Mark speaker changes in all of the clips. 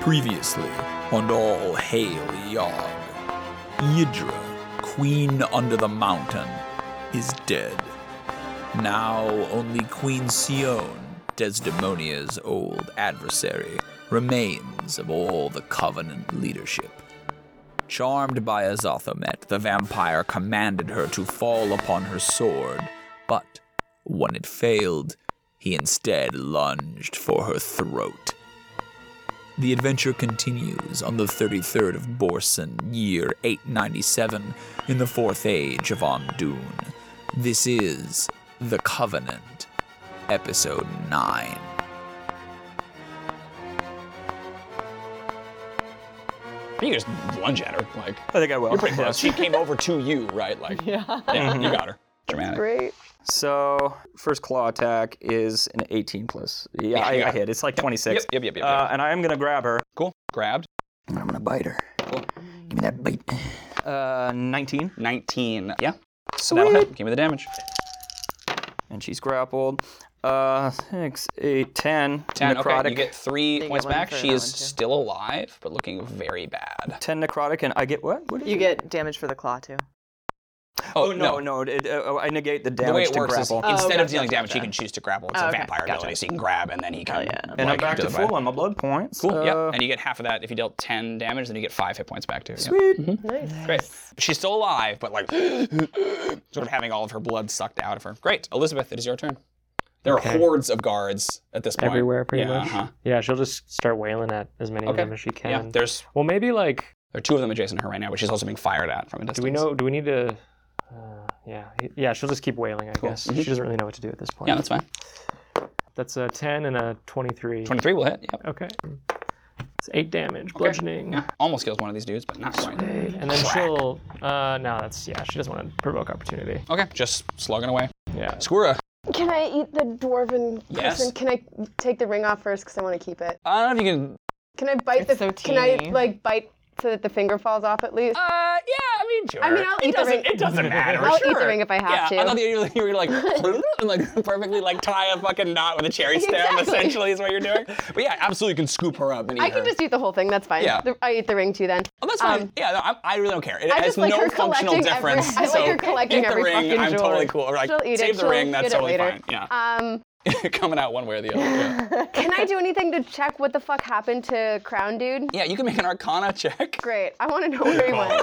Speaker 1: Previously on All Hail Yog, Yidra, Queen Under the Mountain, is dead. Now only Queen Sion, Desdemonia's old adversary, remains of all the Covenant leadership. Charmed by Azathomet, the vampire commanded her to fall upon her sword, but when it failed, he instead lunged for her throat. The adventure continues on the 33rd of Borson, year 897, in the Fourth Age of Ondoon. This is The Covenant, Episode 9.
Speaker 2: You can just lunge at her. Like
Speaker 3: I think I will.
Speaker 2: you're pretty close. she came over to you, right? Like yeah, you got her. Dramatic.
Speaker 4: Great.
Speaker 3: So first claw attack is an 18 plus. Yeah, I,
Speaker 2: you got
Speaker 3: I
Speaker 2: it.
Speaker 3: hit. It's like
Speaker 2: Yep,
Speaker 3: 26.
Speaker 2: yep, yep, yep. yep.
Speaker 3: Uh, and I am gonna grab her.
Speaker 2: cool. Grabbed.
Speaker 3: I'm gonna bite her. Give me that bite. Uh, 19,
Speaker 2: 19. Yeah. That'll hit. Give me the damage.
Speaker 3: and she's grappled. Uh, six, eight, 10.
Speaker 2: 10.
Speaker 3: necrotic.
Speaker 2: Okay, you get three
Speaker 4: get
Speaker 2: points
Speaker 4: one
Speaker 2: back.
Speaker 4: for
Speaker 2: She
Speaker 4: that
Speaker 2: is
Speaker 4: one, too.
Speaker 2: still alive, but looking very bad.
Speaker 3: 10 necrotic, and I get what? What did
Speaker 4: You get damage for the claw too.
Speaker 3: Oh no, no. it- uh, oh, I negate the damage
Speaker 2: The way it
Speaker 3: to
Speaker 2: works
Speaker 3: grapple.
Speaker 2: is instead
Speaker 4: Oh, gotcha,
Speaker 2: of dealing
Speaker 4: gotcha,
Speaker 2: damage, she
Speaker 4: gotcha.
Speaker 2: can choose to grapple. It's
Speaker 4: Oh,
Speaker 2: a
Speaker 4: okay,
Speaker 2: vampire
Speaker 4: gotcha. Oh,
Speaker 2: ability, so you can grab and then he can.
Speaker 4: yeah.
Speaker 3: and I'm
Speaker 2: like,
Speaker 3: back
Speaker 2: do
Speaker 3: to
Speaker 2: the
Speaker 3: full
Speaker 2: fight.
Speaker 3: on my blood points.
Speaker 2: Cool.
Speaker 3: Uh,
Speaker 2: yep. And you get half of that if you dealt 10 damage, then you get five hit points back too. Yeah.
Speaker 3: Sweet.
Speaker 4: Nice.
Speaker 2: Great. She's still alive, but like sort of having all of her blood sucked out of her. Great. Elizabeth, it is your turn. There are hordes of guards at this point.
Speaker 5: everywhere pretty
Speaker 2: yeah,
Speaker 5: much.
Speaker 2: uh-huh.
Speaker 5: Yeah, she'll just start wailing at as many
Speaker 2: Okay.
Speaker 5: of them as she can.
Speaker 2: Yeah, there's
Speaker 5: well, maybe like
Speaker 2: there are two of them adjacent to her right now, but she's also being fired at from a distance.
Speaker 5: do we know? Do we need to? Uh, yeah, yeah. She'll just keep wailing. I guess
Speaker 2: Mhm.
Speaker 5: she doesn't really know what to do at this point.
Speaker 2: Yeah, that's fine.
Speaker 5: That's a ten and a twenty-three.
Speaker 2: 23 will hit. Yep.
Speaker 5: Okay. It's eight damage, bludgeoning.
Speaker 2: Yeah. Almost kills one of these dudes, but not quite.
Speaker 5: And then she'll. Uh, no, that's yeah. She doesn't want to provoke opportunity.
Speaker 2: Okay, just slugging away.
Speaker 5: Yeah.
Speaker 2: Skura.
Speaker 6: Can I eat the dwarven
Speaker 2: Yes.
Speaker 6: person? Can I take the ring off first because I want to keep it?
Speaker 2: I don't know if you can.
Speaker 6: Can I bite
Speaker 4: It's
Speaker 6: the?
Speaker 4: so
Speaker 6: can I
Speaker 4: teeny.
Speaker 6: like bite so that the finger falls off at least?
Speaker 2: Uh, yeah, I mean, sure.
Speaker 6: I mean, I'll
Speaker 2: it
Speaker 6: eat the
Speaker 2: doesn't.
Speaker 6: ring.
Speaker 2: It doesn't matter.
Speaker 6: I'll eat the
Speaker 2: sure.
Speaker 6: ring if I have
Speaker 2: yeah, I
Speaker 6: to.
Speaker 2: thought that you were, you were like, and like perfectly like tie a fucking knot with a cherry stem.
Speaker 6: Exactly.
Speaker 2: Essentially, is what you're doing. But yeah, absolutely, you can scoop her up and eat
Speaker 6: I can
Speaker 2: her.
Speaker 6: just eat the whole thing. That's fine.
Speaker 2: Oh, Yeah.
Speaker 6: The- I eat the ring too then.
Speaker 2: Oh, that's fine.
Speaker 6: Um,
Speaker 2: yeah, no, I, I really don't care. It
Speaker 6: I
Speaker 2: has
Speaker 6: just like
Speaker 2: no
Speaker 6: her
Speaker 2: functional
Speaker 6: collecting every-
Speaker 2: difference.
Speaker 6: I like
Speaker 2: so
Speaker 6: her collecting
Speaker 2: get the
Speaker 6: every
Speaker 2: ring.
Speaker 6: fucking
Speaker 2: I'm
Speaker 6: jewel.
Speaker 2: totally cool. Or, Like,
Speaker 6: She'll eat it.
Speaker 2: save the
Speaker 6: She'll
Speaker 2: ring. That's
Speaker 6: get it
Speaker 2: totally
Speaker 6: later.
Speaker 2: fine. Yeah,
Speaker 6: Um,
Speaker 2: coming out one way or the other. Yeah.
Speaker 6: can I do anything to check what the fuck happened to Crown Dude?
Speaker 2: yeah, you can make an Arcana check.
Speaker 6: Great. I want to know where he went.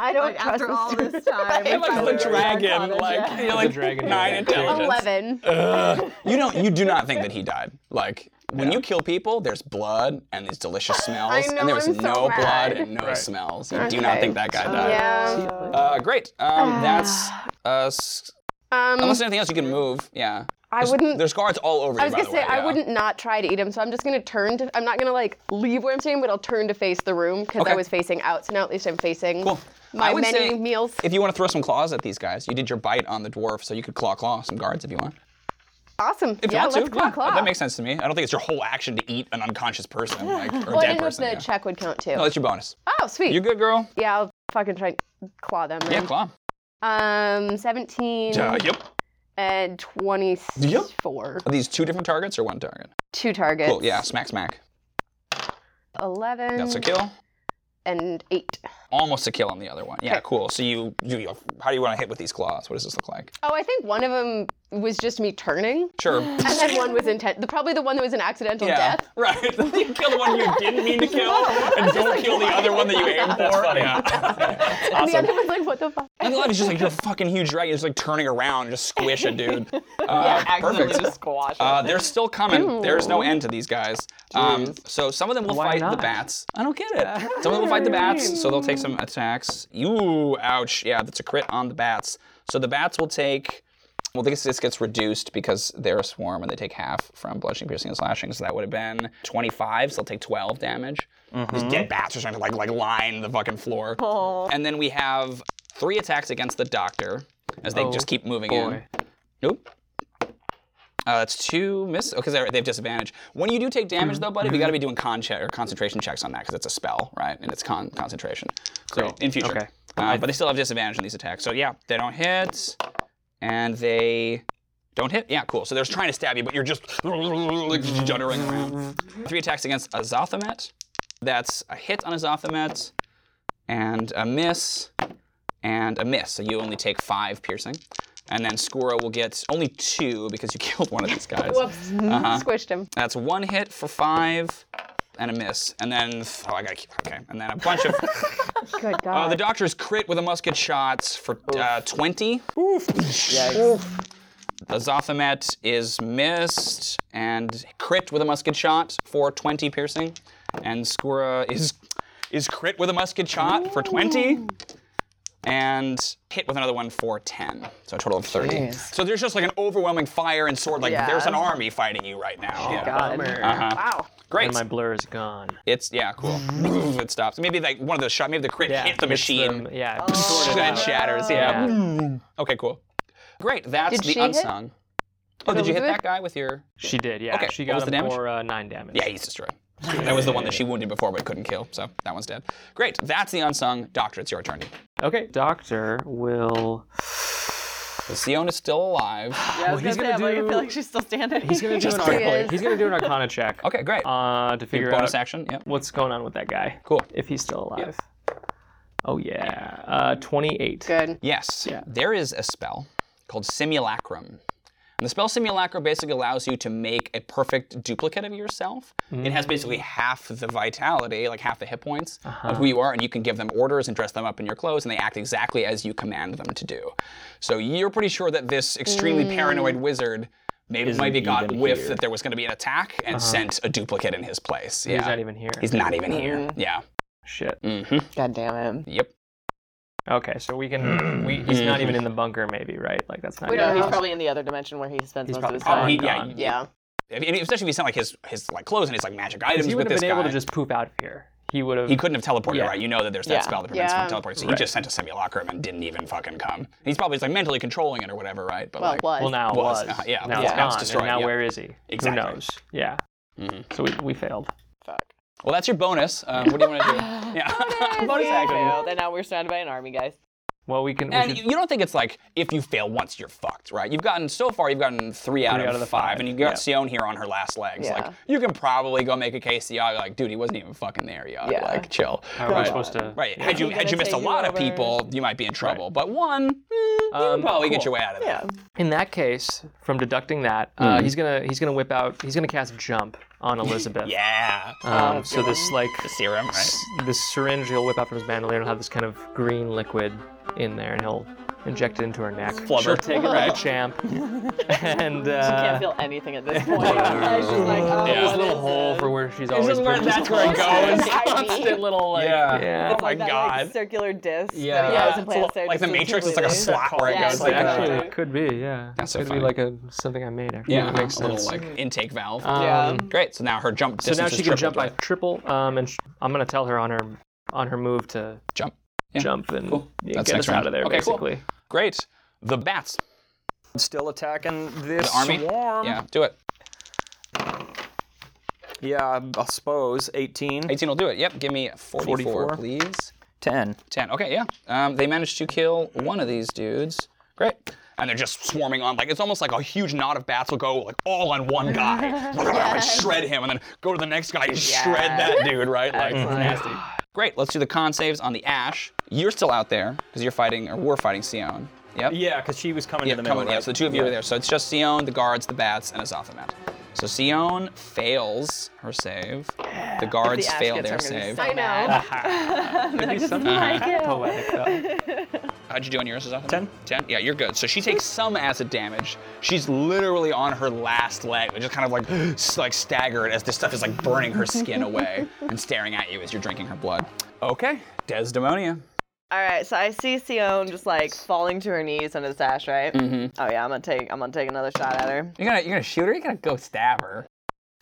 Speaker 6: I don't trust
Speaker 4: after
Speaker 6: this
Speaker 4: all
Speaker 6: dude.
Speaker 4: this time,
Speaker 2: You're like
Speaker 4: Probably
Speaker 2: the dragon,
Speaker 4: Arcana
Speaker 2: like
Speaker 4: check.
Speaker 2: you're like
Speaker 5: dragon
Speaker 2: nine
Speaker 5: check.
Speaker 2: intelligence.
Speaker 6: Eleven.
Speaker 2: Ugh. You don't. You do not think that he died. Like when you kill people, there's blood and these delicious smells,
Speaker 6: I know,
Speaker 2: and there was
Speaker 6: I'm so
Speaker 2: no blood
Speaker 6: mad.
Speaker 2: and no smells. You do not
Speaker 6: Okay. Oh,
Speaker 2: think that guy died.
Speaker 6: yeah.
Speaker 2: Uh, great. Um, that's uh, s-
Speaker 6: Um,
Speaker 2: unless there's anything else you can move. Yeah.
Speaker 6: I wouldn't.
Speaker 2: There's guards all over you.
Speaker 6: I was
Speaker 2: by
Speaker 6: gonna
Speaker 2: the
Speaker 6: say
Speaker 2: way,
Speaker 6: I
Speaker 2: yeah.
Speaker 6: wouldn't not try to eat him, so I'm just gonna turn to. I'm not gonna like leave where I'm standing, but I'll turn to face the room because
Speaker 2: Okay.
Speaker 6: I was facing out. So now at least I'm facing
Speaker 2: Cool.
Speaker 6: my
Speaker 2: I would
Speaker 6: many
Speaker 2: say
Speaker 6: meals.
Speaker 2: If you want to throw some claws at these guys, you did your bite on the dwarf, so you could claw claw some guards if you want.
Speaker 6: awesome.
Speaker 2: If
Speaker 6: yeah,
Speaker 2: you want
Speaker 6: let's
Speaker 2: to,
Speaker 6: claw
Speaker 2: yeah,
Speaker 6: claw.
Speaker 2: That makes sense to me. I don't think it's your whole action to eat an unconscious person, like or
Speaker 6: Well, I
Speaker 2: dead
Speaker 6: didn't know if
Speaker 2: person.
Speaker 6: the
Speaker 2: yeah.
Speaker 6: check would count too.
Speaker 2: No, that's your bonus.
Speaker 6: oh, sweet.
Speaker 2: You good, girl?
Speaker 6: yeah, I'll fucking try and claw them.
Speaker 2: Yeah,
Speaker 6: then.
Speaker 2: claw.
Speaker 6: Um, 17
Speaker 2: Uh, yep.
Speaker 6: and 24.
Speaker 2: Are these two different targets or one target?
Speaker 6: Two targets.
Speaker 2: Cool. Yeah. Smack, smack.
Speaker 6: 11
Speaker 2: That's a kill.
Speaker 6: and 8.
Speaker 2: Almost a kill on the other one. Yeah.
Speaker 6: Okay.
Speaker 2: Cool. So you, you, you- how do you want to hit with these claws? What does this look like?
Speaker 6: Oh, I think one of them was just me turning.
Speaker 2: Sure.
Speaker 6: And then one was intent. The, probably the one that was an accidental
Speaker 2: yeah.
Speaker 6: death.
Speaker 2: Right. you kill the one you didn't mean to kill, and don't kill the other one that you aimed for. Yeah.
Speaker 6: And the other one's like, what the fuck?
Speaker 2: And the left is just like you're a fucking huge dragon, just like turning around and just squish a dude. Uh, perfect.
Speaker 4: squash.
Speaker 2: Uh, they're still coming. There's no end to these guys. Um, so some of them will
Speaker 5: Why
Speaker 2: fight the
Speaker 5: not?
Speaker 2: bats. I don't get it. Some of them will fight the bats, so they'll take some attacks. Ooh, ouch. Yeah, that's a crit on the bats. So the bats will take. Well, this, this gets reduced because they're a swarm and they take half from bludgeoning, piercing, and slashing. So that would have been 25. So they'll take 12 damage. These dead bats are trying to like like line the fucking floor. And then we have three attacks against the doctor as they
Speaker 5: Oh,
Speaker 2: just keep moving in.
Speaker 5: Boy.
Speaker 2: Nope. Uh, that's two miss. Okay, they have disadvantage. When you do take damage, though, buddy, we got to be doing con check or concentration checks on that because it's a spell, right? And it's con concentration. So in future.
Speaker 5: Okay.
Speaker 2: Uh, but they still have disadvantage on these attacks. So yeah, they don't hit, and they don't hit. Yeah, cool. So they're trying to stab you, but you're just like juddering around. Three attacks against Azathomet. That's a hit on his Ophimet, and a miss, and a miss. So you only take five piercing. And then Skura will get only two because you killed one of these guys.
Speaker 6: Whoops.
Speaker 2: Uh-huh.
Speaker 6: Squished him.
Speaker 2: That's one hit for five and a miss. And then, oh, I gotta keep, okay. And then a bunch of,
Speaker 6: Good God.
Speaker 2: uh, the doctor's crit with a musket shot for uh, 20. The Zothamet is missed and crit with a musket shot for 20 piercing. And Skura is is crit with a musket shot for 20. And hit with another one for 10. So a total of 30. So there's just like an overwhelming fire and sword. Like
Speaker 6: Yeah.
Speaker 2: there's an army fighting you right now. Yeah.
Speaker 6: God.
Speaker 2: Uh-huh.
Speaker 6: Wow.
Speaker 2: Great.
Speaker 5: And my blur is gone.
Speaker 2: It's yeah, cool. it stops. Maybe like one of the shot. Maybe the crit hit the
Speaker 5: it's
Speaker 2: machine. Oh,
Speaker 5: them- yeah.
Speaker 2: and it shatters. Yeah. Okay, cool. Great. That's
Speaker 6: Did
Speaker 2: the
Speaker 6: she hit?
Speaker 2: unsung. Oh, did you hit that
Speaker 6: Elizabeth?
Speaker 2: guy with your?
Speaker 5: She did, yeah.
Speaker 2: Okay,
Speaker 5: She
Speaker 2: what was
Speaker 5: got
Speaker 2: the
Speaker 5: him
Speaker 2: damage?
Speaker 5: for uh, nine damage.
Speaker 2: Yeah, he's destroyed. That was the one that she wounded before but couldn't kill. So that one's dead. Great. That's the unsung doctor. It's your turn.
Speaker 5: Okay, Doctor will.
Speaker 2: The Sion is still alive.
Speaker 4: Yeah, I was
Speaker 5: he's
Speaker 4: gonna say,
Speaker 5: gonna
Speaker 4: I'm like, I
Speaker 5: do-
Speaker 4: feel like she's still standing.
Speaker 5: He's gonna do an
Speaker 6: He
Speaker 5: arcana.
Speaker 6: is.
Speaker 5: He's gonna do an arcana check.
Speaker 2: Okay, great.
Speaker 5: Uh, to figure
Speaker 2: Bonus
Speaker 5: out
Speaker 2: action. Yep.
Speaker 5: what's going on with that guy.
Speaker 2: Cool.
Speaker 5: If he's still alive. Oh yeah. Uh, twenty-eight.
Speaker 6: Good.
Speaker 2: Yes. There is a spell called Simulacrum. And the spell Simulacrum basically allows you to make a perfect duplicate of yourself. It has basically
Speaker 5: Mm.
Speaker 2: half the vitality, like half the hit points
Speaker 5: Uh-huh.
Speaker 2: of who you are, and you can give them orders and dress them up in your clothes, and they act exactly as you command them to do. So you're pretty sure that this extremely paranoid wizard maybe might be got
Speaker 5: Mm. even
Speaker 2: whiff
Speaker 5: here. Uh-huh.
Speaker 2: that there was going to be an attack and sent a duplicate in his place. Yeah.
Speaker 5: He's not even here. Mm.
Speaker 2: He's not even here. Yeah.
Speaker 5: Shit.
Speaker 2: hmm
Speaker 4: God damn it.
Speaker 2: Yep.
Speaker 5: Okay, so we can. We, he's not even in the bunker, maybe, right? Like that's not.
Speaker 4: We
Speaker 5: even
Speaker 4: don't know. He's
Speaker 5: possible.
Speaker 4: probably in the other dimension where he spends
Speaker 5: He's
Speaker 4: most of his
Speaker 2: Oh,
Speaker 4: time.
Speaker 5: probably
Speaker 2: he,
Speaker 5: Gone,
Speaker 2: yeah,
Speaker 5: gone.
Speaker 4: yeah.
Speaker 2: If- and especially if he sent like his his like clothes and his like magic
Speaker 5: If
Speaker 2: items
Speaker 5: he
Speaker 2: with
Speaker 5: would
Speaker 2: this
Speaker 5: have been
Speaker 2: guy.
Speaker 5: able to just poop out of here. He would have.
Speaker 2: he couldn't have teleported,
Speaker 5: Yeah.
Speaker 2: right? You know that there's
Speaker 4: Yeah.
Speaker 2: that spell that prevents him
Speaker 6: Yeah.
Speaker 2: from teleporting. So he just sent a simulacrum and didn't even fucking come. He's probably just, like mentally controlling it or whatever, right? But
Speaker 6: Well,
Speaker 2: like,
Speaker 6: was.
Speaker 5: Well, now
Speaker 2: Was,
Speaker 5: was.
Speaker 2: uh, yeah,
Speaker 5: Now
Speaker 2: yeah.
Speaker 5: it's
Speaker 2: Now
Speaker 5: gone.
Speaker 2: it's destroyed,
Speaker 5: and now
Speaker 2: yeah.
Speaker 5: where is he?
Speaker 2: Exactly. Mm-hmm.
Speaker 5: Who knows? Yeah. So we, we failed.
Speaker 4: Fuck.
Speaker 2: well, that's your bonus. Um, what do you want to do? yeah, bonus action.
Speaker 4: Failed, and now we're surrounded by an army, guys.
Speaker 5: Well, we can. we
Speaker 2: And
Speaker 5: should-
Speaker 2: you you don't think it's like if you fail once, you're fucked, right? You've gotten so far, you've gotten three out,
Speaker 5: Three out of the five,
Speaker 2: and you got
Speaker 5: yeah.
Speaker 2: Sion here on her last legs.
Speaker 4: Yeah.
Speaker 2: Like you can probably go make a case to Yaga, like, dude, he wasn't even fucking there, Yaga.
Speaker 4: Yeah.
Speaker 2: Like, chill.
Speaker 5: how are we supposed to?
Speaker 2: Right. Had you
Speaker 4: He's
Speaker 2: had
Speaker 4: gonna
Speaker 2: you missed a
Speaker 4: take you
Speaker 2: lot of
Speaker 4: over.
Speaker 2: people, you might be in trouble. But one, eh, you can
Speaker 5: Um,
Speaker 2: probably get
Speaker 5: cool.
Speaker 2: your way out of it.
Speaker 4: Yeah.
Speaker 5: In that case, from deducting that, uh, he's gonna he's gonna whip out. He's gonna cast jump on Elizabeth.
Speaker 2: Yeah.
Speaker 5: Um, so this like
Speaker 2: The serum, right?
Speaker 5: s- this syringe he'll whip out from his bandolier and he'll have this kind of green liquid in there and he'll inject it into her neck.
Speaker 2: Flubber.
Speaker 5: She'll take it like a champ. and
Speaker 4: Can't
Speaker 5: uh,
Speaker 4: feel anything at this point. It's just like, oh,
Speaker 2: Yeah.
Speaker 5: this
Speaker 4: what
Speaker 5: little
Speaker 4: is
Speaker 5: hole
Speaker 4: this?
Speaker 5: for where she's always
Speaker 2: where-
Speaker 5: been.
Speaker 2: that's where it goes.
Speaker 4: Constant little like.
Speaker 5: Yeah.
Speaker 4: It's
Speaker 2: Oh my
Speaker 4: like that, like,
Speaker 2: God.
Speaker 4: circular disc.
Speaker 2: Yeah.
Speaker 4: That he
Speaker 2: Yeah.
Speaker 4: always implants
Speaker 2: It's
Speaker 4: there
Speaker 2: like
Speaker 4: just
Speaker 2: the Matrix, it's like a
Speaker 4: completely-
Speaker 2: slot where it
Speaker 4: Yeah,
Speaker 2: goes
Speaker 4: it's
Speaker 2: like that.
Speaker 5: Actually,
Speaker 4: that.
Speaker 5: it could be, yeah.
Speaker 2: That's so
Speaker 5: could be
Speaker 2: funny.
Speaker 5: like a something I made. Actually,
Speaker 2: Yeah.
Speaker 5: That makes
Speaker 2: a little
Speaker 5: sense.
Speaker 2: like intake valve.
Speaker 4: Yeah.
Speaker 5: Um,
Speaker 2: Great. So now her jump
Speaker 5: So
Speaker 2: distance
Speaker 5: now
Speaker 2: is
Speaker 5: she can
Speaker 2: tripled,
Speaker 5: jump by
Speaker 2: right?
Speaker 5: triple, um, and sh- I'm gonna tell her on her on her move to
Speaker 2: jump. Yeah.
Speaker 5: jump and
Speaker 2: Cool.
Speaker 5: yeah,
Speaker 2: That's
Speaker 5: get
Speaker 2: next
Speaker 5: us
Speaker 2: round.
Speaker 5: out of there
Speaker 2: Okay, cool.
Speaker 5: basically.
Speaker 2: Great. The bats.
Speaker 3: Still attacking this
Speaker 2: The army.
Speaker 3: swarm.
Speaker 2: Yeah. Do it.
Speaker 3: Yeah, I- I suppose. 18.
Speaker 2: 18 will do it. Yep. Give me 44,
Speaker 3: 44.
Speaker 2: please.
Speaker 3: 10.
Speaker 2: 10. Okay. Yeah. Um, they managed to kill one of these dudes. Great. And they're just swarming on. Like it's almost like a huge knot of bats will go like all on one guy, and shred him, and then go to the next guy and shred that dude. Right? Like nasty. Great. Let's do the con saves on the ash. You're still out there because you're fighting or we're fighting Sion. Yep.
Speaker 3: Yeah, because she was coming
Speaker 2: Yeah,
Speaker 3: to the middle.
Speaker 2: come on, yeah,
Speaker 3: right?
Speaker 2: so the two of you are there. So it's just Sion, the guards, the bats, and Azathamat. So Sion fails her save. The guards
Speaker 4: The ash
Speaker 2: fail
Speaker 4: gets
Speaker 2: their
Speaker 4: her gonna
Speaker 2: save.
Speaker 4: be so
Speaker 6: I
Speaker 4: mad.
Speaker 6: know.
Speaker 5: Poetic though.
Speaker 2: How'd you do on yours, Azathamat?
Speaker 3: 10.
Speaker 2: 10? Yeah, you're good. So she takes some acid damage. She's literally on her last leg, and just kind of like, s- like staggered as this stuff is like burning her skin away and staring at you as you're drinking her blood. Okay, Desdemonia.
Speaker 4: All right, so I see Sion just like falling to her knees on his dash, right? Mm-hmm. Oh yeah, I'm gonna take I'm gonna take another shot at her.
Speaker 2: You're gonna, you're gonna shoot her? You're gonna go stab her?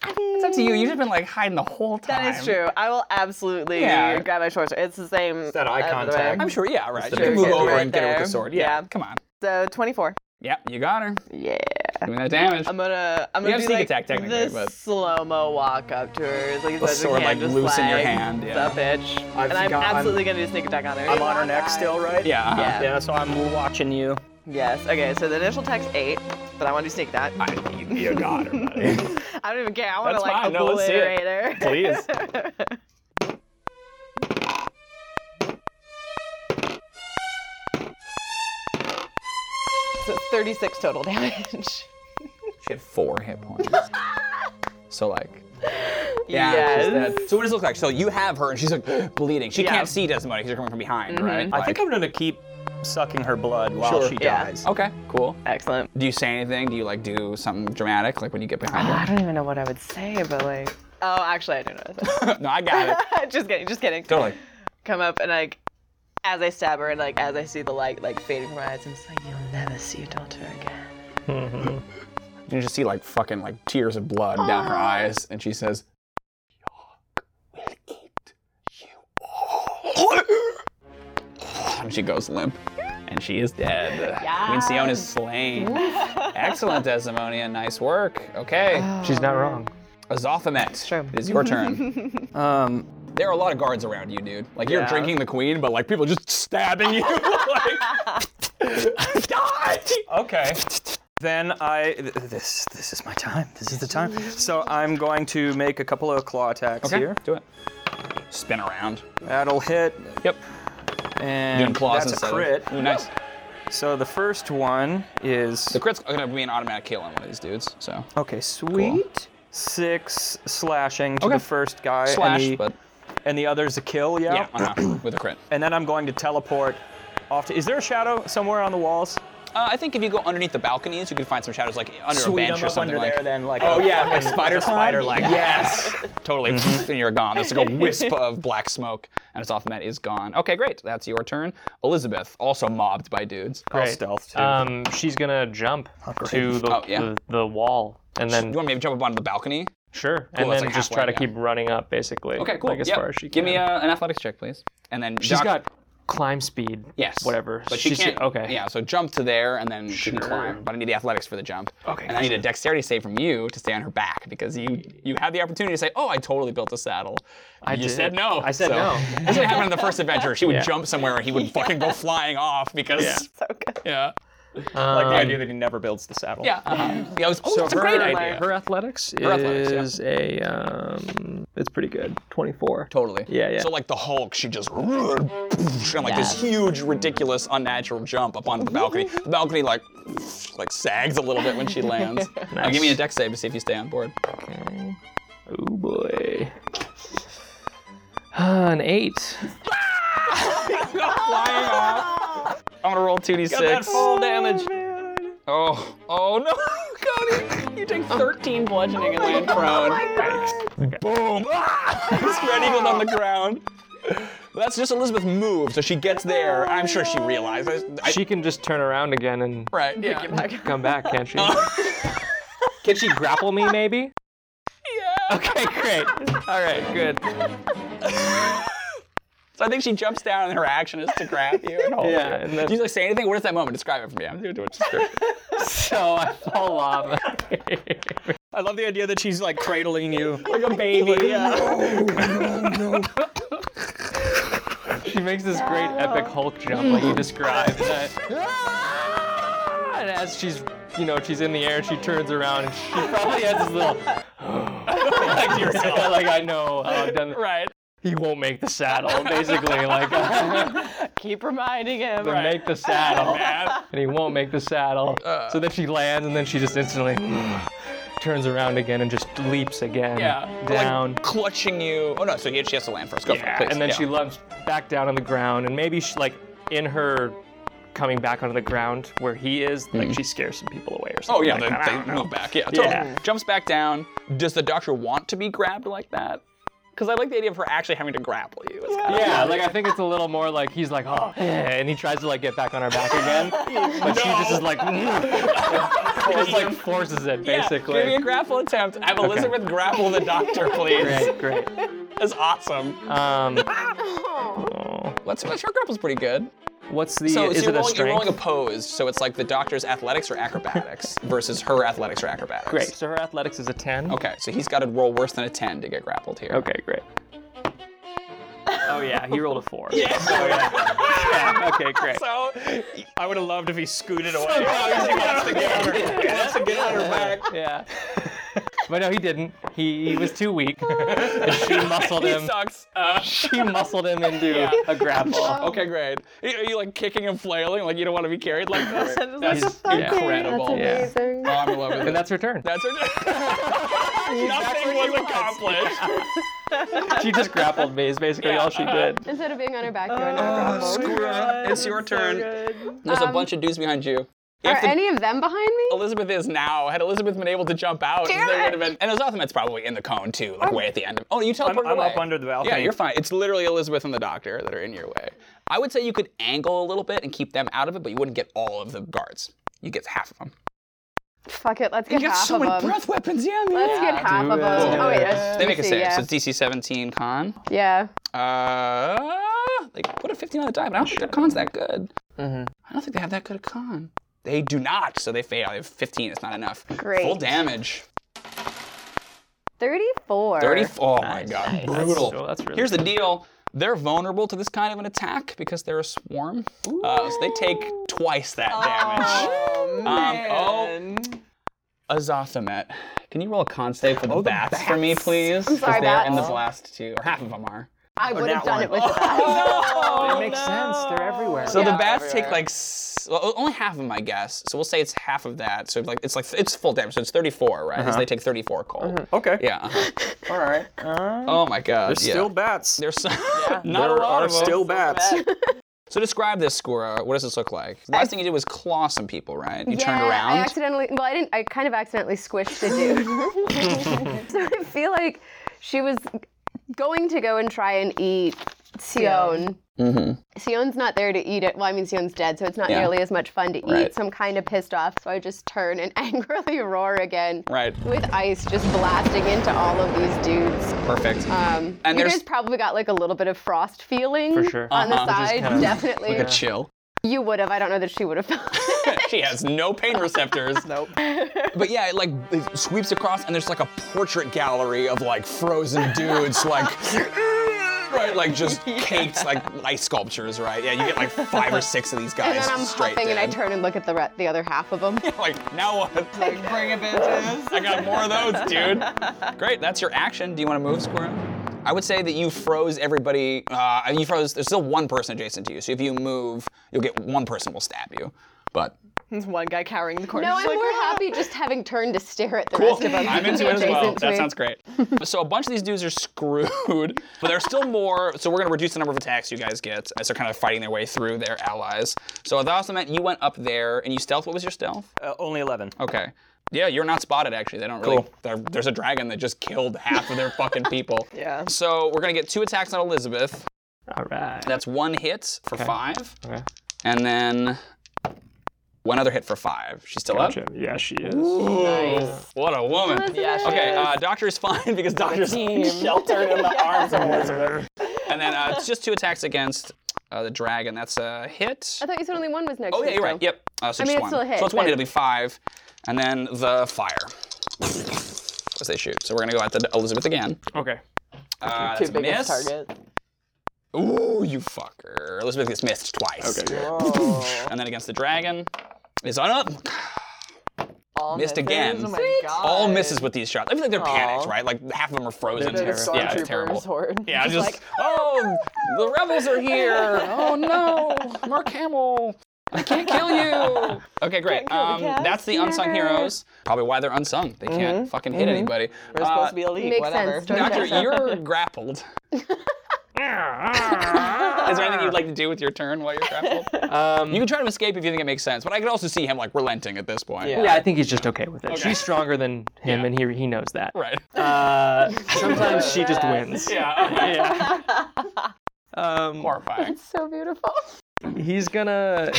Speaker 2: It's up to you. You've just been like hiding the whole time.
Speaker 4: That is true. I will absolutely
Speaker 2: Yeah.
Speaker 4: grab my short sword. It's the same. It's
Speaker 3: that eye contact.
Speaker 2: I'm sure, yeah, right.
Speaker 3: the
Speaker 2: You can
Speaker 3: big
Speaker 2: move
Speaker 3: hit
Speaker 2: over
Speaker 4: right
Speaker 2: and get her with
Speaker 4: there.
Speaker 2: the sword. Yeah,
Speaker 4: Yeah.
Speaker 2: come on.
Speaker 4: So 24.
Speaker 2: Yep, you got her.
Speaker 4: Yeah. Um,
Speaker 2: Doing that damage.
Speaker 4: I'm gonna I'm
Speaker 2: You
Speaker 4: gonna
Speaker 2: have
Speaker 4: do
Speaker 2: sneak
Speaker 4: like
Speaker 2: attack technically,
Speaker 4: this
Speaker 2: but-
Speaker 4: slow mo walk up to her as like
Speaker 2: The
Speaker 4: as
Speaker 2: sword,
Speaker 4: I
Speaker 2: like,
Speaker 4: can, just
Speaker 2: loose in your
Speaker 4: like,
Speaker 2: hand,
Speaker 4: "What's
Speaker 2: yeah.
Speaker 4: up, bitch.
Speaker 3: I've
Speaker 4: and I'm
Speaker 3: got- I'm-
Speaker 4: absolutely gonna do sneak attack on her.
Speaker 3: I'm on her neck still, right?
Speaker 2: yeah.
Speaker 4: Yeah.
Speaker 3: Yeah, so I'm watching you.
Speaker 4: Yes. Okay. So the initial attack's eight, but I want to do sneak attack. I,
Speaker 2: You, you got her, buddy.
Speaker 4: don't even care. I want
Speaker 2: That's
Speaker 4: to like
Speaker 2: fine. No, let's see it.
Speaker 4: obliterate her.
Speaker 2: Please.
Speaker 6: 36 total damage.
Speaker 2: She had four hit points. so like. Yeah, she's
Speaker 4: Yes.
Speaker 2: dead. So what does it look like? So you have her, and she's like bleeding. She can't see Desmond because you're coming from behind, right?
Speaker 3: Mm-hmm. I think
Speaker 2: Like-
Speaker 3: I'm gonna keep sucking her blood while
Speaker 2: Sure.
Speaker 3: she
Speaker 4: Yeah.
Speaker 3: dies.
Speaker 2: Okay, cool.
Speaker 4: Excellent.
Speaker 2: Do you say anything? Do you like do something dramatic, like when you get behind
Speaker 4: I
Speaker 2: her?
Speaker 4: don't even know what I would say, but like. Oh, actually, I do know.
Speaker 2: no, I got it.
Speaker 4: just kidding. Just kidding.
Speaker 2: Totally.
Speaker 4: Come up and like, as I stab her and like as I see the light like fading from her eyes, I'm just like, you'll never see your daughter again.
Speaker 2: You just see like fucking like tears of blood down her eyes, and she says, "York will eat you all." and she goes limp, and she is dead. Queen Sion is slain. Excellent, Desdemonia. Nice work. Okay,
Speaker 3: Oh.
Speaker 5: She's not wrong.
Speaker 2: Azothamet, it is your turn.
Speaker 7: Um,
Speaker 2: there are a lot of guards around you, dude. Like you're drinking the queen, but like people are just stabbing you. like, die!
Speaker 3: Okay. Then I th- this this is my time. This is the time. So I'm going to make a couple of claw attacks
Speaker 2: Okay,
Speaker 3: here.
Speaker 2: do it. Spin around.
Speaker 3: That'll hit,
Speaker 2: Yep.
Speaker 3: and
Speaker 2: Doing claws
Speaker 3: that's
Speaker 2: instead.
Speaker 3: a crit.
Speaker 2: Of, ooh, nice.
Speaker 3: So the first one is
Speaker 2: The crit's gonna be an automatic kill on one of these dudes, so.
Speaker 3: okay, sweet. Six slashing to
Speaker 2: Okay.
Speaker 3: the first guy,
Speaker 2: Slash,
Speaker 3: and, the,
Speaker 2: but
Speaker 3: and the other's a kill. Yeah.
Speaker 2: yeah, on a- with a crit. Uh,
Speaker 3: And then I'm going to teleport off. To, is there a shadow somewhere on the walls?
Speaker 2: Uh, I think if you go underneath the balconies, you can find some shadows like under
Speaker 3: Sweet,
Speaker 2: a bench
Speaker 3: I'm
Speaker 2: or
Speaker 3: up
Speaker 2: something
Speaker 3: under
Speaker 2: like.
Speaker 3: there. Then like
Speaker 2: Oh
Speaker 3: a
Speaker 2: yeah,
Speaker 3: fucking-
Speaker 2: like spider
Speaker 3: spider
Speaker 2: like yes, totally.
Speaker 5: Mm-hmm.
Speaker 2: and you're gone. There's like a wisp of black smoke, and it's off. Met is gone. Okay, great. That's your turn. Elizabeth also mobbed by dudes.
Speaker 3: I'll stealth
Speaker 2: Uh,
Speaker 3: too.
Speaker 5: Um, she's gonna jump to the,
Speaker 2: Oh, yeah.
Speaker 5: the the wall and then
Speaker 2: You want to maybe jump up onto the balcony?
Speaker 5: sure,
Speaker 2: Cool,
Speaker 5: and
Speaker 2: that's
Speaker 5: then
Speaker 2: like
Speaker 5: just try to
Speaker 2: halfway, yeah.
Speaker 5: keep running up basically.
Speaker 2: Okay, cool.
Speaker 5: Like as
Speaker 2: Yep.
Speaker 5: far as she can.
Speaker 2: Give me uh, an athletics check, please. And then
Speaker 5: She's
Speaker 2: Doc-
Speaker 5: got climb speed.
Speaker 2: Yes.
Speaker 5: Whatever.
Speaker 2: But she
Speaker 5: She's-
Speaker 2: can't.
Speaker 5: Okay.
Speaker 2: Yeah. So jump to there, and then she can climb. But I need the athletics for the jump.
Speaker 5: Okay,
Speaker 2: And I need a dexterity save from you to stay on her back because you you had the opportunity to say, "Oh, I totally built a saddle." I you
Speaker 5: did.
Speaker 2: said no.
Speaker 5: I said
Speaker 2: So-
Speaker 5: no.
Speaker 2: That's what happened in the first adventure. She would
Speaker 5: Yeah.
Speaker 2: jump somewhere and he would fucking go flying off because. Yeah.
Speaker 4: So good.
Speaker 3: like the
Speaker 5: Um,
Speaker 3: idea that he never builds the saddle.
Speaker 2: Yeah. uh-huh. Yeah, it was, oh,
Speaker 5: So
Speaker 2: that's
Speaker 5: her,
Speaker 2: a great idea.
Speaker 5: her athletics
Speaker 2: Her athletics, yeah.
Speaker 5: is a um, it's pretty good, 24.
Speaker 2: Totally.
Speaker 5: Yeah, yeah.
Speaker 2: So like the Hulk, she just and like this huge, ridiculous, unnatural jump up onto the balcony. The balcony like like sags a little bit when she lands. Now give me a deck save to see if you stay on board.
Speaker 5: Oh boy. Uh, an eight.
Speaker 2: Flying off. I'm gonna roll 2d6.
Speaker 3: full damage.
Speaker 2: Oh, oh no, Cody! You take 13 bludgeoning and land prone. Boom! Ah! Spread eagled on the ground. That's just Elizabeth moved, so she gets there. and I'm sure she realizes. I,
Speaker 5: She can just turn around again and
Speaker 2: right? Yeah.
Speaker 5: come back, can't she? can she grapple me, maybe?
Speaker 2: Okay, great. All right, good. so I think she jumps down, and her action is to grab you and hold
Speaker 5: Yeah,
Speaker 2: you.
Speaker 5: and then-
Speaker 2: Do you like say anything? What is that moment? Describe it for me. I'm gonna do a description.
Speaker 5: So I fall off.
Speaker 3: I love the idea that she's like cradling you.
Speaker 5: like a baby. she makes this great epic Hulk jump, like you described. And, I- and as she's, you know, she's in the air, she turns around and she probably has this little. like, you're so- like, I know how I've done. Right. He won't make the saddle, basically. Like,
Speaker 4: Keep reminding him.
Speaker 5: to make the saddle, and he won't make the saddle.
Speaker 2: Uh.
Speaker 5: so then she lands, and then she just instantly turns around again and just leaps again
Speaker 2: yeah.
Speaker 5: down.
Speaker 2: Like, clutching you. Oh no. So yeah, she has to land first. Go for it,
Speaker 5: Yeah,
Speaker 2: please.
Speaker 5: and then
Speaker 2: Yeah.
Speaker 5: she lumps back down on the ground, and maybe she, like in her coming back onto the ground where he is, like she scares some people away or
Speaker 2: Oh
Speaker 5: something.
Speaker 2: yeah,
Speaker 5: like,
Speaker 2: they,
Speaker 5: that. I don't
Speaker 2: they
Speaker 5: know.
Speaker 2: move back. Yeah, totally.
Speaker 5: Yeah.
Speaker 2: Jumps back down. Does the doctor want to be grabbed like that? Because I like the idea of her actually having to grapple you. It's kinda-
Speaker 5: Yeah, like I think it's a little more like he's like, oh, eh," and he tries to like get back on her back again, but she just is like, mm. just like forces it basically.
Speaker 2: Yeah, give me a grapple attempt. Have Elizabeth grapple the doctor, please.
Speaker 5: Great, great.
Speaker 2: That's awesome.
Speaker 5: Um,
Speaker 2: Let's see. Her grapple's pretty good.
Speaker 5: what's the?
Speaker 2: So, so
Speaker 5: is
Speaker 2: you're,
Speaker 5: it a
Speaker 2: rolling, you're
Speaker 5: strength?
Speaker 2: rolling opposed. So it's like the doctor's athletics or acrobatics versus her athletics or acrobatics.
Speaker 5: Great. So her athletics is a ten.
Speaker 2: Okay, so he's got to roll worse than a 10 to get grappled here.
Speaker 5: Okay, great. Oh yeah, he rolled a four. Oh,
Speaker 3: Yeah, okay, great.
Speaker 2: So
Speaker 3: I would have loved if he scooted away. he wants to get on her, he wants to get on her back.
Speaker 5: Yeah. But no, he didn't. He, he was too weak. and she muscled
Speaker 2: He
Speaker 5: him.
Speaker 2: sucks. Uh,
Speaker 5: She muscled him into a grapple.
Speaker 2: okay, great. Are you- are you like kicking and flailing like you don't want to be carried like this?
Speaker 4: Just like,
Speaker 2: That's incredible.
Speaker 5: Yeah.
Speaker 6: That's amazing.
Speaker 2: Oh, I'm in love with
Speaker 5: And
Speaker 2: it.
Speaker 5: that's her turn.
Speaker 2: That's her. Nothing was accomplished.
Speaker 5: She just grappled me. Is basically all she did.
Speaker 6: Instead of being on her back, you're on her grapple.
Speaker 2: Squirrel, it's your turn. There's a bunch of dudes behind you. You
Speaker 6: Are
Speaker 2: have to-
Speaker 6: any of them behind me?
Speaker 2: Elizabeth is now. Had Elizabeth been able to jump out,
Speaker 6: Damn
Speaker 2: they
Speaker 6: it.
Speaker 2: would have been. And Azothamet's probably in the cone too, like way at the end. Of, oh, you teleported
Speaker 3: I'm
Speaker 2: away.
Speaker 3: up under the balcony.
Speaker 2: Yeah, you're fine. It's literally Elizabeth and the doctor that are in your way. I would say you could angle a little bit and keep them out of it, but you wouldn't get all of the guards. You get half of them.
Speaker 6: Fuck it, let's get
Speaker 2: You got
Speaker 6: half
Speaker 2: so
Speaker 6: of
Speaker 2: many
Speaker 6: them.
Speaker 2: breath weapons. Yeah, man.
Speaker 6: Let's get half of them. Oh wait, that's
Speaker 2: They make a
Speaker 6: DC,
Speaker 2: save.
Speaker 6: Yeah.
Speaker 2: So it's DC 17 con.
Speaker 6: yeah.
Speaker 2: Uh, they put a 15 on the die, but I don't think their con's that good. I don't think they have that good a con. They do not, so they fail. They have 15. It's not enough.
Speaker 6: Great.
Speaker 2: Full damage.
Speaker 6: 34.
Speaker 2: 30. Oh my god, brutal.
Speaker 5: Well, that's really
Speaker 2: Here's the deal. They're vulnerable to this kind of an attack because they're a swarm. Uh, so they take twice that damage.
Speaker 4: Oh,
Speaker 2: Um, oh, Azothamet, can you roll a con save for the, bats, for me, please? I'm
Speaker 6: sorry,
Speaker 2: they're in the
Speaker 6: bats.
Speaker 2: blast too, or half of them are.
Speaker 6: I would have done it with
Speaker 5: It makes sense. They're everywhere.
Speaker 2: So the bats take like s- well, only half of them, I guess. So we'll say it's half of that. So like it's like it's full damage. So it's 34, right? 'Cause they take 34 cold.
Speaker 3: Okay.
Speaker 2: Yeah. uh-huh.
Speaker 3: All right.
Speaker 2: Oh my god.
Speaker 3: There's
Speaker 2: yeah.
Speaker 3: still bats.
Speaker 2: There's so-
Speaker 3: there
Speaker 2: not a lot
Speaker 3: are
Speaker 2: of them.
Speaker 3: still bats.
Speaker 2: So describe this, Skura. What does this look like? The last thing you did was claw some people, right? You
Speaker 6: yeah,
Speaker 2: turned around.
Speaker 6: I accidentally, well, I didn't, I kind of accidentally squished the dude. so I feel like she was going to go and try and eat Sion. Sion's not there to eat it. Well, I mean, Sion's dead, so it's not
Speaker 2: Mm-hmm. Yeah.
Speaker 6: nearly as much fun to
Speaker 2: Right.
Speaker 6: eat. So I'm kind of pissed off, so I just turn and angrily roar again.
Speaker 2: Right.
Speaker 6: With ice just blasting into all of these dudes.
Speaker 2: Perfect.
Speaker 6: Um,
Speaker 2: And
Speaker 6: you
Speaker 2: there's-
Speaker 6: guys probably got like a little bit of frost feeling
Speaker 5: For sure.
Speaker 6: on the
Speaker 2: Uh-huh.
Speaker 6: side,
Speaker 5: kinda-
Speaker 6: definitely.
Speaker 2: like a chill.
Speaker 6: You would have. I don't know that she would have felt it.
Speaker 2: she has no pain receptors. nope. But yeah, it like it sweeps across, and there's like a portrait gallery of like frozen dudes, like right, like just caked like ice sculptures, right? Yeah, you get like five or six of these
Speaker 6: And
Speaker 2: guys
Speaker 6: then I'm
Speaker 2: straight
Speaker 6: huffing and I
Speaker 2: dead.
Speaker 6: turn and look at the re- the other half of them.
Speaker 2: Like now what?
Speaker 4: Bring it, bitches.
Speaker 2: I got more of those, dude. Great, that's your action. Do you want to move, Squirm? I would say that you froze everybody. Uh, you froze. There's still one person adjacent to you, so if you move, you'll get one person will stab you. But
Speaker 4: There's one guy cowering in the corner.
Speaker 6: No,
Speaker 4: just
Speaker 6: I'm
Speaker 4: like,
Speaker 6: more
Speaker 4: "Ah."
Speaker 6: happy just having turned to stare at the
Speaker 2: Cool.
Speaker 6: rest of them.
Speaker 2: I'm into it as well.
Speaker 6: adjacent to
Speaker 2: That
Speaker 6: me.
Speaker 2: sounds great. so a bunch of these dudes are screwed, but there's still more. So we're gonna reduce the number of attacks you guys get as they're kind of fighting their way through their allies. So that also meant you went up there and you stealth. What was your stealth?
Speaker 3: Uh, only 11.
Speaker 2: Okay. Yeah, you're not spotted actually. They don't really.
Speaker 3: Cool.
Speaker 2: they're- There's a dragon that just killed half of their fucking people.
Speaker 4: Yeah.
Speaker 2: So we're gonna get two attacks on Elizabeth.
Speaker 5: All right.
Speaker 2: That's one hit for five,
Speaker 5: Okay.
Speaker 2: and then one other hit for five. She's still
Speaker 5: Gotcha.
Speaker 2: up.
Speaker 5: Yeah, she is.
Speaker 2: Nice. What a woman.
Speaker 4: Yeah, she
Speaker 2: Okay,
Speaker 4: is.
Speaker 2: uh, Doctor is fine because Doctor's sheltered in the arms of Elizabeth. And then uh, it's just two attacks against uh, the dragon. That's a hit.
Speaker 6: I thought you said only one was next.
Speaker 2: Oh
Speaker 6: to
Speaker 2: yeah,
Speaker 6: me,
Speaker 2: you're
Speaker 6: so-
Speaker 2: right. Yep. Uh, so
Speaker 6: I
Speaker 2: just
Speaker 6: mean, it's
Speaker 2: one.
Speaker 6: still a hit,
Speaker 2: so it's one.
Speaker 6: but-
Speaker 2: It'll be five, and then the fire. As they shoot. So we're gonna go at the Elizabeth again.
Speaker 5: Okay.
Speaker 2: Uh,
Speaker 4: Two
Speaker 2: that's a miss.
Speaker 4: biggest target.
Speaker 2: Ooh, you fucker. Elizabeth gets missed twice. Okay. and then against the dragon. It's on up.
Speaker 4: All
Speaker 2: Missed
Speaker 4: misses.
Speaker 2: again.
Speaker 4: Oh my
Speaker 2: Sweet.
Speaker 4: God.
Speaker 2: All misses with these shots. I feel like they're panicked,
Speaker 4: Aw.
Speaker 2: right? Like half of them are frozen.
Speaker 4: They're the
Speaker 2: Yeah, it's
Speaker 4: stormtroopers
Speaker 2: terrible.
Speaker 4: horde.
Speaker 2: Yeah, just, just like, oh, the rebels are here. Oh no, Mark Hamill. I can't kill you. Okay, great. Um, that's the unsung heroes. Probably why they're unsung. They can't fucking hit anybody. Uh,
Speaker 4: We're supposed to be elite.
Speaker 6: makes
Speaker 4: whatever.
Speaker 6: sense.
Speaker 2: Doctor, you're grappled. Is there anything you'd like to do with your turn while you're grappled?
Speaker 5: Um,
Speaker 2: You can try to escape if you think it makes sense, but I could also see him like relenting at this point.
Speaker 4: Yeah.
Speaker 5: yeah, I think he's just okay with it. She's stronger than him,
Speaker 2: Yeah.
Speaker 5: and he he knows that.
Speaker 2: Right.
Speaker 5: Uh, sometimes she just wins.
Speaker 2: Yeah.
Speaker 5: Yeah. Um,
Speaker 2: Horrifying.
Speaker 6: So beautiful.
Speaker 5: he's gonna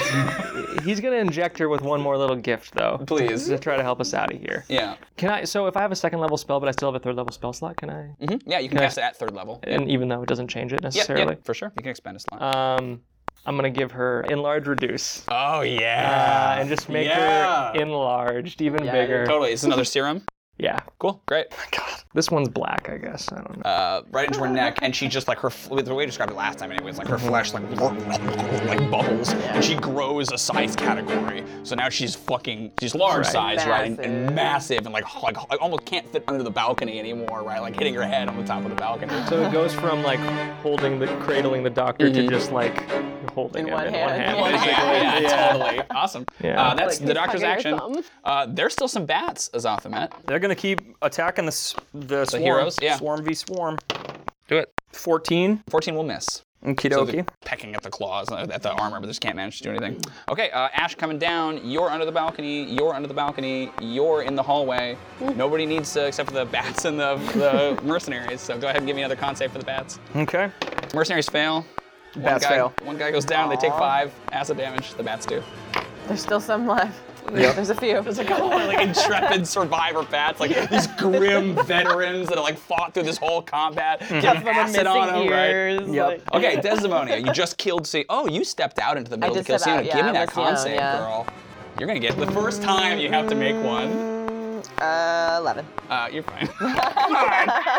Speaker 5: he's gonna inject her with one more little gift though.
Speaker 2: Please.
Speaker 5: To try to help us out of here.
Speaker 2: Yeah.
Speaker 5: Can I? So if I have a second level spell, but I still have a third level spell slot, can I?
Speaker 2: hmm Yeah, you can
Speaker 5: Okay.
Speaker 2: cast it at third level.
Speaker 5: And even though it doesn't change it
Speaker 2: Yeah,
Speaker 5: necessarily,
Speaker 2: yeah, for sure. You can expand a slot.
Speaker 5: um, I'm gonna give her enlarge reduce.
Speaker 2: oh
Speaker 5: Uh,
Speaker 2: yeah.
Speaker 5: and just make
Speaker 2: Ah, Yeah.
Speaker 5: her enlarged, even bigger.
Speaker 2: Totally. It's another serum.
Speaker 5: Yeah.
Speaker 2: Cool. Great.
Speaker 5: This one's black, I guess. I don't know.
Speaker 2: Uh, right into her neck, and she just like her f- the way you described it last time, anyways. Like her flesh, like like bubbles, and she grows a size category. So now she's fucking she's large size, right, and, and
Speaker 4: Massive.
Speaker 2: massive, and like h- like h- almost can't fit under the balcony anymore, right? Like hitting her head on the top of the balcony.
Speaker 5: so it goes from like holding the cradling the doctor to just like holding
Speaker 4: In
Speaker 5: him
Speaker 4: one
Speaker 5: in
Speaker 4: hand.
Speaker 5: one hand.
Speaker 2: Yeah,
Speaker 5: basically.
Speaker 2: yeah,
Speaker 5: Yeah.
Speaker 2: totally. Awesome.
Speaker 5: Yeah.
Speaker 2: Uh, that's
Speaker 6: Like
Speaker 2: the
Speaker 6: he's
Speaker 2: doctor's
Speaker 6: hugging
Speaker 2: action.
Speaker 6: her thumb.
Speaker 2: Uh, there's still some bats, Azathamet.
Speaker 3: They're gonna keep attacking the s- the, swarm.
Speaker 2: heroes, yeah.
Speaker 3: Swarm v swarm.
Speaker 2: Do it.
Speaker 3: 14.
Speaker 2: 14 will miss.
Speaker 3: Okie
Speaker 2: So
Speaker 3: dokie.
Speaker 2: they're pecking at the claws, uh, at the armor, but just can't manage to do anything. Okay, uh, Ash coming down. You're under the balcony. You're under the balcony. You're in the hallway. Nobody needs to, except for the bats and the, the mercenaries. So go ahead and give me another con save for the bats.
Speaker 3: okay.
Speaker 2: Mercenaries fail. One
Speaker 3: Bats
Speaker 2: guy,
Speaker 3: fail.
Speaker 2: One guy goes down. They take five acid damage. The bats do.
Speaker 4: There's still some left. There's a few. There's a couple.
Speaker 2: They're like intrepid survivor bats, like these grim veterans that have like fought through this whole combat. Get acid on them, right? Okay, Desdemonia, you just killed C. Oh, you stepped out into the middle to
Speaker 4: just
Speaker 2: kill
Speaker 4: stepped
Speaker 2: Siona.
Speaker 4: out, yeah,
Speaker 2: Give me
Speaker 4: I
Speaker 2: that
Speaker 4: was
Speaker 2: con
Speaker 4: Siona,
Speaker 2: save,
Speaker 4: yeah.
Speaker 2: girl. You're gonna get the first time you have to make one.
Speaker 4: Uh, eleven.
Speaker 2: Uh, you're fine. Come on.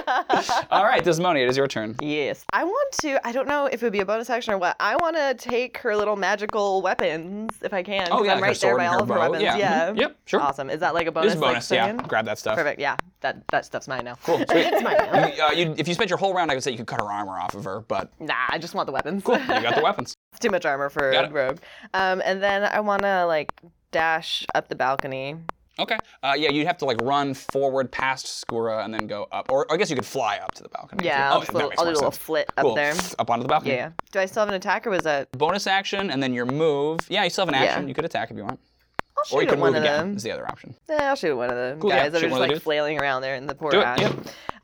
Speaker 2: All right, Desdemonia, it is your turn.
Speaker 4: Yes. I want to. I don't know if it would be a bonus action or what. I want to take her little magical weapons if I can. 'cause
Speaker 2: Oh, yeah, like
Speaker 4: I'm
Speaker 2: her
Speaker 4: right there
Speaker 2: sword
Speaker 4: by
Speaker 2: and
Speaker 4: all
Speaker 2: her
Speaker 4: of her
Speaker 2: bow.
Speaker 4: weapons.
Speaker 2: Yeah,
Speaker 4: Yeah.
Speaker 2: mhm. Yep, sure.
Speaker 4: Awesome. Is that like a
Speaker 2: This
Speaker 4: bonus?
Speaker 2: is a bonus,
Speaker 4: like,
Speaker 2: yeah.
Speaker 4: swing in?
Speaker 2: Grab that stuff.
Speaker 4: Perfect. Yeah. That that stuff's mine now.
Speaker 2: Cool. Sweet.
Speaker 4: it's mine now.
Speaker 2: You- uh, you- if you spent your whole round, I could say you could cut her armor off of her, but
Speaker 4: Nah, I just want the weapons.
Speaker 2: cool, you got the weapons.
Speaker 4: Too much armor for
Speaker 2: Got
Speaker 4: a
Speaker 2: it.
Speaker 4: rogue. Um, and then I want to like dash up the balcony.
Speaker 2: Okay. Uh, yeah, you'd have to like run forward past Skura and then go up, or, or I guess you could fly up to the balcony. if you-
Speaker 4: Yeah,
Speaker 2: oh,
Speaker 4: I'll, just
Speaker 2: that
Speaker 4: little,
Speaker 2: makes
Speaker 4: I'll do
Speaker 2: more
Speaker 4: a little
Speaker 2: sense.
Speaker 4: flit
Speaker 2: Cool.
Speaker 4: up there.
Speaker 2: Up onto the balcony.
Speaker 4: Yeah, yeah. Do I still have an attack or was that?
Speaker 2: bonus action and then your move. Yeah, you still have an
Speaker 4: Yeah.
Speaker 2: action. You could attack if you want.
Speaker 4: I'll shoot
Speaker 2: Or you
Speaker 4: at
Speaker 2: could
Speaker 4: one
Speaker 2: move
Speaker 4: of
Speaker 2: again,
Speaker 4: them.
Speaker 2: is the other option.
Speaker 4: Yeah, I'll shoot at one of the
Speaker 2: Cool, yeah,
Speaker 4: guys that
Speaker 2: shoot
Speaker 4: are
Speaker 2: one
Speaker 4: just
Speaker 2: of the
Speaker 4: like
Speaker 2: dudes.
Speaker 4: flailing around there in the poor
Speaker 2: Do it,
Speaker 4: ash.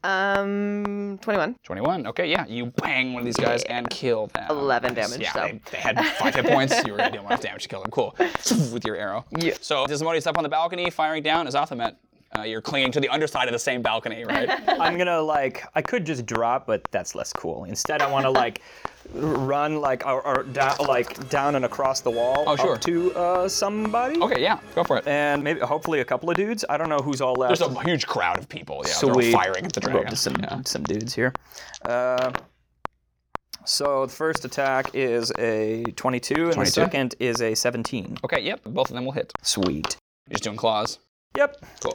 Speaker 4: Um, 21.
Speaker 2: 21. Okay, yeah. You bang one of these guys and kill them.
Speaker 4: 11
Speaker 2: Nice.
Speaker 4: damage,
Speaker 2: Yeah,
Speaker 4: so.
Speaker 2: they, they had five hit points. You were going to deal enough damage to kill them. Cool. With your arrow.
Speaker 4: Yeah.
Speaker 2: So Desmodi's up on the balcony, firing down as Athamet. Uh, you're clinging to the underside of the same balcony, right?
Speaker 3: I'm gonna like I could just drop, but that's less cool. Instead, I want to like r- run like or, or down like down and across the wall.
Speaker 2: Oh, sure.
Speaker 3: Up to uh, somebody.
Speaker 2: okay, yeah. Go for it.
Speaker 3: And maybe hopefully a couple of dudes. I don't know who's all left.
Speaker 2: There's a huge crowd of people. Yeah,
Speaker 3: So
Speaker 2: they're all
Speaker 3: we
Speaker 2: firing at the
Speaker 3: go
Speaker 2: dragon.
Speaker 3: up to some
Speaker 2: Yeah.
Speaker 3: some dudes here. Uh, so the first attack is a 22, and the
Speaker 2: 22.
Speaker 3: second is a 17.
Speaker 2: Okay, yep. Both of them will hit.
Speaker 3: Sweet.
Speaker 2: You're just doing claws.
Speaker 3: Yep.
Speaker 2: Cool.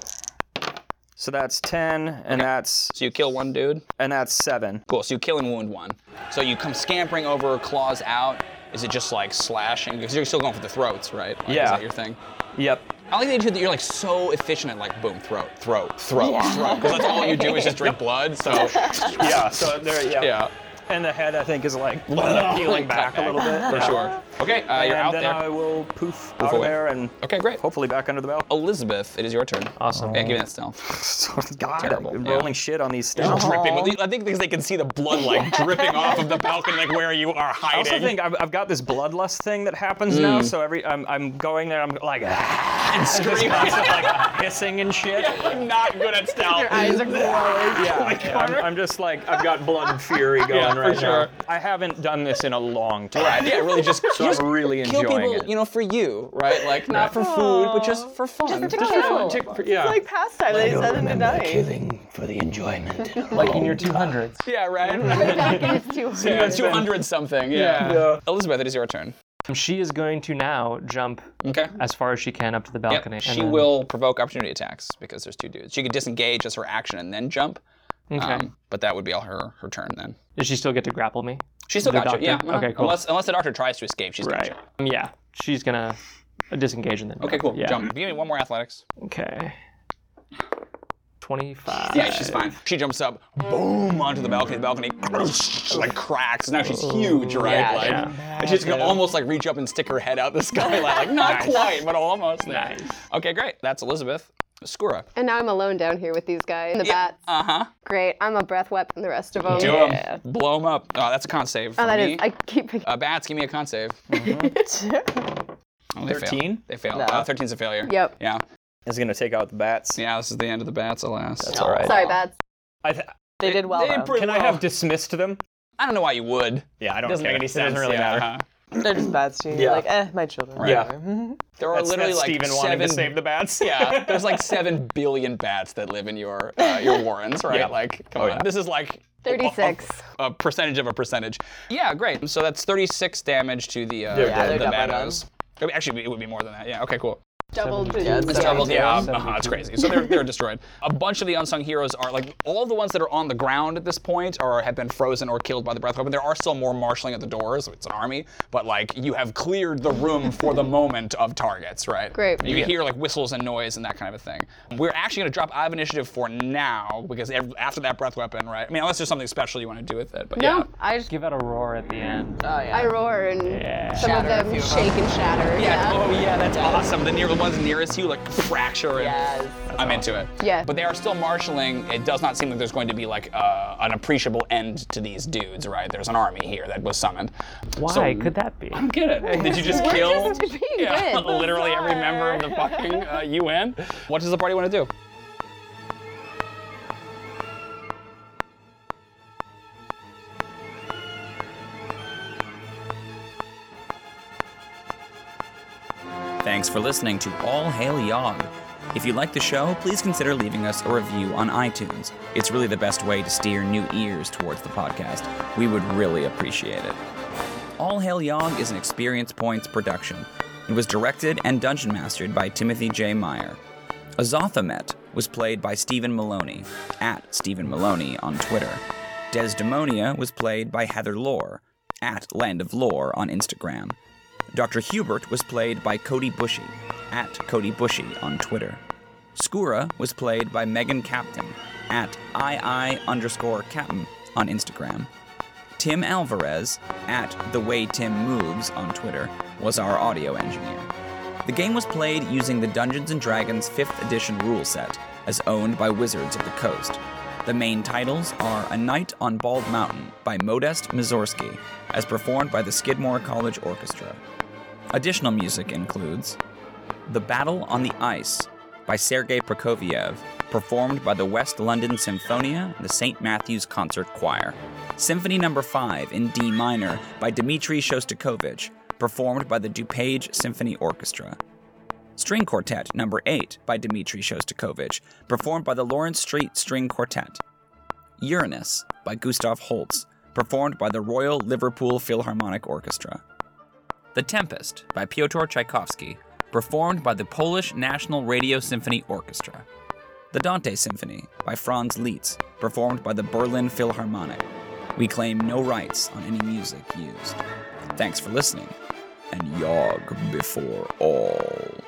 Speaker 3: So that's 10, and that's
Speaker 2: So you kill one dude.
Speaker 3: and that's seven.
Speaker 2: Cool. So you kill and wound one. So you come scampering over, claws out. Is it just like slashing? Because you're still going for the throats, right? Like, Is
Speaker 3: Yeah.
Speaker 2: that your thing?
Speaker 3: Yep.
Speaker 2: I like the idea that you're like so efficient at like boom, throat, throat, throat, throat. Because that's all you do is just drink blood. So
Speaker 3: Yeah. So there. Yeah.
Speaker 2: yeah,
Speaker 3: And the head, I think, is like
Speaker 2: Like,
Speaker 3: peeling back a little bit.
Speaker 2: for sure. Okay, uh, you're
Speaker 3: and
Speaker 2: out
Speaker 3: then I
Speaker 2: there.
Speaker 3: will poof, out
Speaker 2: away.
Speaker 3: of there and
Speaker 2: Okay, Oh, great.
Speaker 3: hopefully back under the bell.
Speaker 2: Elizabeth, it is your turn.
Speaker 5: Awesome.
Speaker 2: Yeah, give me that stealth.
Speaker 3: So, God,
Speaker 2: Terrible,
Speaker 3: I'm
Speaker 2: yeah.
Speaker 3: rolling shit on these
Speaker 2: You're
Speaker 3: stealth.
Speaker 2: dripping. with- I think because they can see the blood like dripping off of the balcony, like where you are
Speaker 3: I
Speaker 2: hiding.
Speaker 3: also think I've, I've got this bloodlust thing that happens
Speaker 2: Mm.
Speaker 3: now. So every I'm, I'm going there, I'm like,
Speaker 2: and screaming.
Speaker 3: like hissing and shit.
Speaker 2: I'm not good at stealth.
Speaker 3: Yeah, yeah, I'm, I'm just like I've got blood fury going
Speaker 2: for
Speaker 3: right
Speaker 2: sure.
Speaker 3: now. I haven't done this in a long time.
Speaker 2: Right, yeah, really just,
Speaker 3: So
Speaker 2: just
Speaker 3: I'm really
Speaker 2: kill
Speaker 3: enjoying
Speaker 2: people,
Speaker 3: it.
Speaker 2: you know, for you, right? Like not for food, but just for fun.
Speaker 6: Just to kill.
Speaker 3: yeah.
Speaker 4: Like pastime, they said in the night.
Speaker 1: Killing for the enjoyment.
Speaker 5: Like in your 200s.
Speaker 2: yeah, right.
Speaker 6: Back in his two
Speaker 2: yeah,
Speaker 6: hundred.
Speaker 2: two hundred something. Yeah.
Speaker 3: Yeah.
Speaker 2: Elizabeth, it is your turn.
Speaker 5: Um, She is going to now jump
Speaker 2: Okay.
Speaker 5: as far as she can up to the
Speaker 2: Yep.
Speaker 5: balcony. and
Speaker 2: She
Speaker 5: then-
Speaker 2: will provoke opportunity attacks because there's two dudes. She could disengage as her action and then jump.
Speaker 5: Okay.
Speaker 2: Um, but that would be all her her turn then.
Speaker 5: Does she still get to grapple me?
Speaker 2: She's still
Speaker 5: The
Speaker 2: got you. Yeah. uh-huh.
Speaker 5: doctor? Okay, cool.
Speaker 2: Unless unless the doctor tries to escape, she's got you.
Speaker 5: Um, yeah. She's gonna disengage and then.
Speaker 2: Okay,
Speaker 5: jump.
Speaker 2: cool.
Speaker 5: Yeah.
Speaker 2: Jump. Give me one more athletics.
Speaker 5: Okay. 25.
Speaker 2: Yeah, she's fine. She jumps up, boom, onto the balcony. The balcony like cracks. Now she's huge, right?
Speaker 5: Yeah,
Speaker 2: like,
Speaker 5: yeah.
Speaker 2: And she's gonna almost like reach up and stick her head out the skylight. Like not quite, but almost. There.
Speaker 5: Nice.
Speaker 2: Okay, great. That's Elizabeth. Skura.
Speaker 6: And now I'm alone down here with these guys. The bats.
Speaker 2: Uh huh.
Speaker 6: Great. I'm a breath wet from the rest of them.
Speaker 2: Do 'em. Blow 'em up. Oh, that's a con save. For
Speaker 6: Oh, that
Speaker 2: me. Uh-huh.
Speaker 6: is. I keep picking.
Speaker 2: Uh, bats, give me a con save. Oh, they 13? Fail.
Speaker 3: 13?
Speaker 2: They fail. Uh, 13's a failure.
Speaker 6: Yep.
Speaker 2: Yeah.
Speaker 3: Is gonna take out the bats.
Speaker 2: Yeah, this is the end of the bats, alas.
Speaker 3: That's all right.
Speaker 6: Sorry, bats.
Speaker 3: I th-
Speaker 4: They did well.
Speaker 2: They
Speaker 4: though.
Speaker 2: pretty
Speaker 3: can I
Speaker 2: well-
Speaker 3: have dismissed them?
Speaker 2: I don't know why you would.
Speaker 3: Yeah, I don't
Speaker 2: Doesn't
Speaker 3: care.
Speaker 2: make any
Speaker 3: It
Speaker 2: sense.
Speaker 3: doesn't really
Speaker 2: yeah,
Speaker 3: matter.
Speaker 2: uh-huh.
Speaker 4: They're just bats to you. You're
Speaker 3: Yeah.
Speaker 4: Like, eh, my children.
Speaker 3: Yeah.
Speaker 4: whatever.
Speaker 2: There are
Speaker 3: That's,
Speaker 2: literally
Speaker 3: that's
Speaker 2: like
Speaker 3: Steven
Speaker 2: seven.
Speaker 3: wanting to save the bats.
Speaker 2: yeah, there's like seven billion bats that live in your uh, your warrens, right?
Speaker 3: Yeah.
Speaker 2: Like, come on, this is like a- a-
Speaker 6: 36.
Speaker 2: A, percentage of a percentage. Yeah, great. So that's 36 damage to the uh,
Speaker 4: Yeah,
Speaker 2: the,
Speaker 4: they're
Speaker 2: the
Speaker 4: double done.
Speaker 2: battos. I mean, Actually, it would be more than that. Yeah. Okay. Cool.
Speaker 6: Double
Speaker 4: Yeah,
Speaker 6: digits.
Speaker 4: it's double-
Speaker 6: yeah.
Speaker 2: Doubled, yeah, uh-huh, it's crazy. So they're, they're destroyed. A bunch of the unsung heroes are like all the ones that are on the ground at this point or have been frozen or killed by the breath weapon. There are still more marshaling at the doors. It's an army, but like you have cleared the room for the moment of targets, right?
Speaker 6: Great.
Speaker 2: You hear like whistles and noise and that kind of a thing. We're actually going to drop out of initiative for now because ev- after that breath weapon, right? I mean, unless there's something special you want to do with it, but yeah.
Speaker 6: No, I just
Speaker 5: Give out a roar at the end.
Speaker 4: Oh, yeah.
Speaker 6: I roar and some
Speaker 4: Shatter a
Speaker 6: of them
Speaker 4: few of
Speaker 6: shake and shatter.
Speaker 2: Yeah.
Speaker 6: Yeah.
Speaker 2: Oh yeah, that's awesome. The near the ones nearest you like fracture. And
Speaker 4: Yes.
Speaker 2: I'm into it.
Speaker 6: Yeah.
Speaker 2: But they are still marshaling. It does not seem like there's going to be like uh, an appreciable end to these dudes, right? There's an army here that was summoned.
Speaker 5: Why
Speaker 2: So-
Speaker 5: could that be?
Speaker 2: Get it? Did you just kill?
Speaker 6: just being
Speaker 2: yeah,
Speaker 6: good.
Speaker 2: literally every member of the fucking uh, UN. What does the party want to do?
Speaker 1: Thanks for listening to All Hail Yog. If you like the show, please consider leaving us a review on iTunes. It's really the best way to steer new ears towards the podcast. We would really appreciate it. All Hail Yog is an Experience Points production. It was directed and dungeon mastered by Timothy J. Meyer. Azothamet was played by Stephen Maloney, at Stephen Maloney on Twitter. Desdemonia was played by Heather Lore, at Land of Lore on Instagram. Dr. Hubert was played by Cody Bushy, at Cody Bushy on Twitter. Skura was played by Megan Captain, at II underscore Captain on Instagram. Tim Alvarez, at The Way Tim Moves on Twitter, was our audio engineer. The game was played using the Dungeons and Dragons 5th edition rule set, as owned by Wizards of the Coast. The main titles are A Night on Bald Mountain by Modest Mussorgsky, as performed by the Skidmore College Orchestra. Additional music includes The Battle on the Ice by Sergei Prokofiev, performed by the West London Symphonia and the St. Matthew's Concert Choir. Symphony Number 5 in D minor by Dmitri Shostakovich, performed by the DuPage Symphony Orchestra. String Quartet Number 8 by Dmitri Shostakovich, performed by the Lawrence Street String Quartet. Uranus by Gustav Holst, performed by the Royal Liverpool Philharmonic Orchestra. The Tempest by Pyotr Tchaikovsky, performed by the Polish National Radio Symphony Orchestra. The Dante Symphony by Franz Liszt, performed by the Berlin Philharmonic. We claim no rights on any music used. Thanks for listening, and yog before all.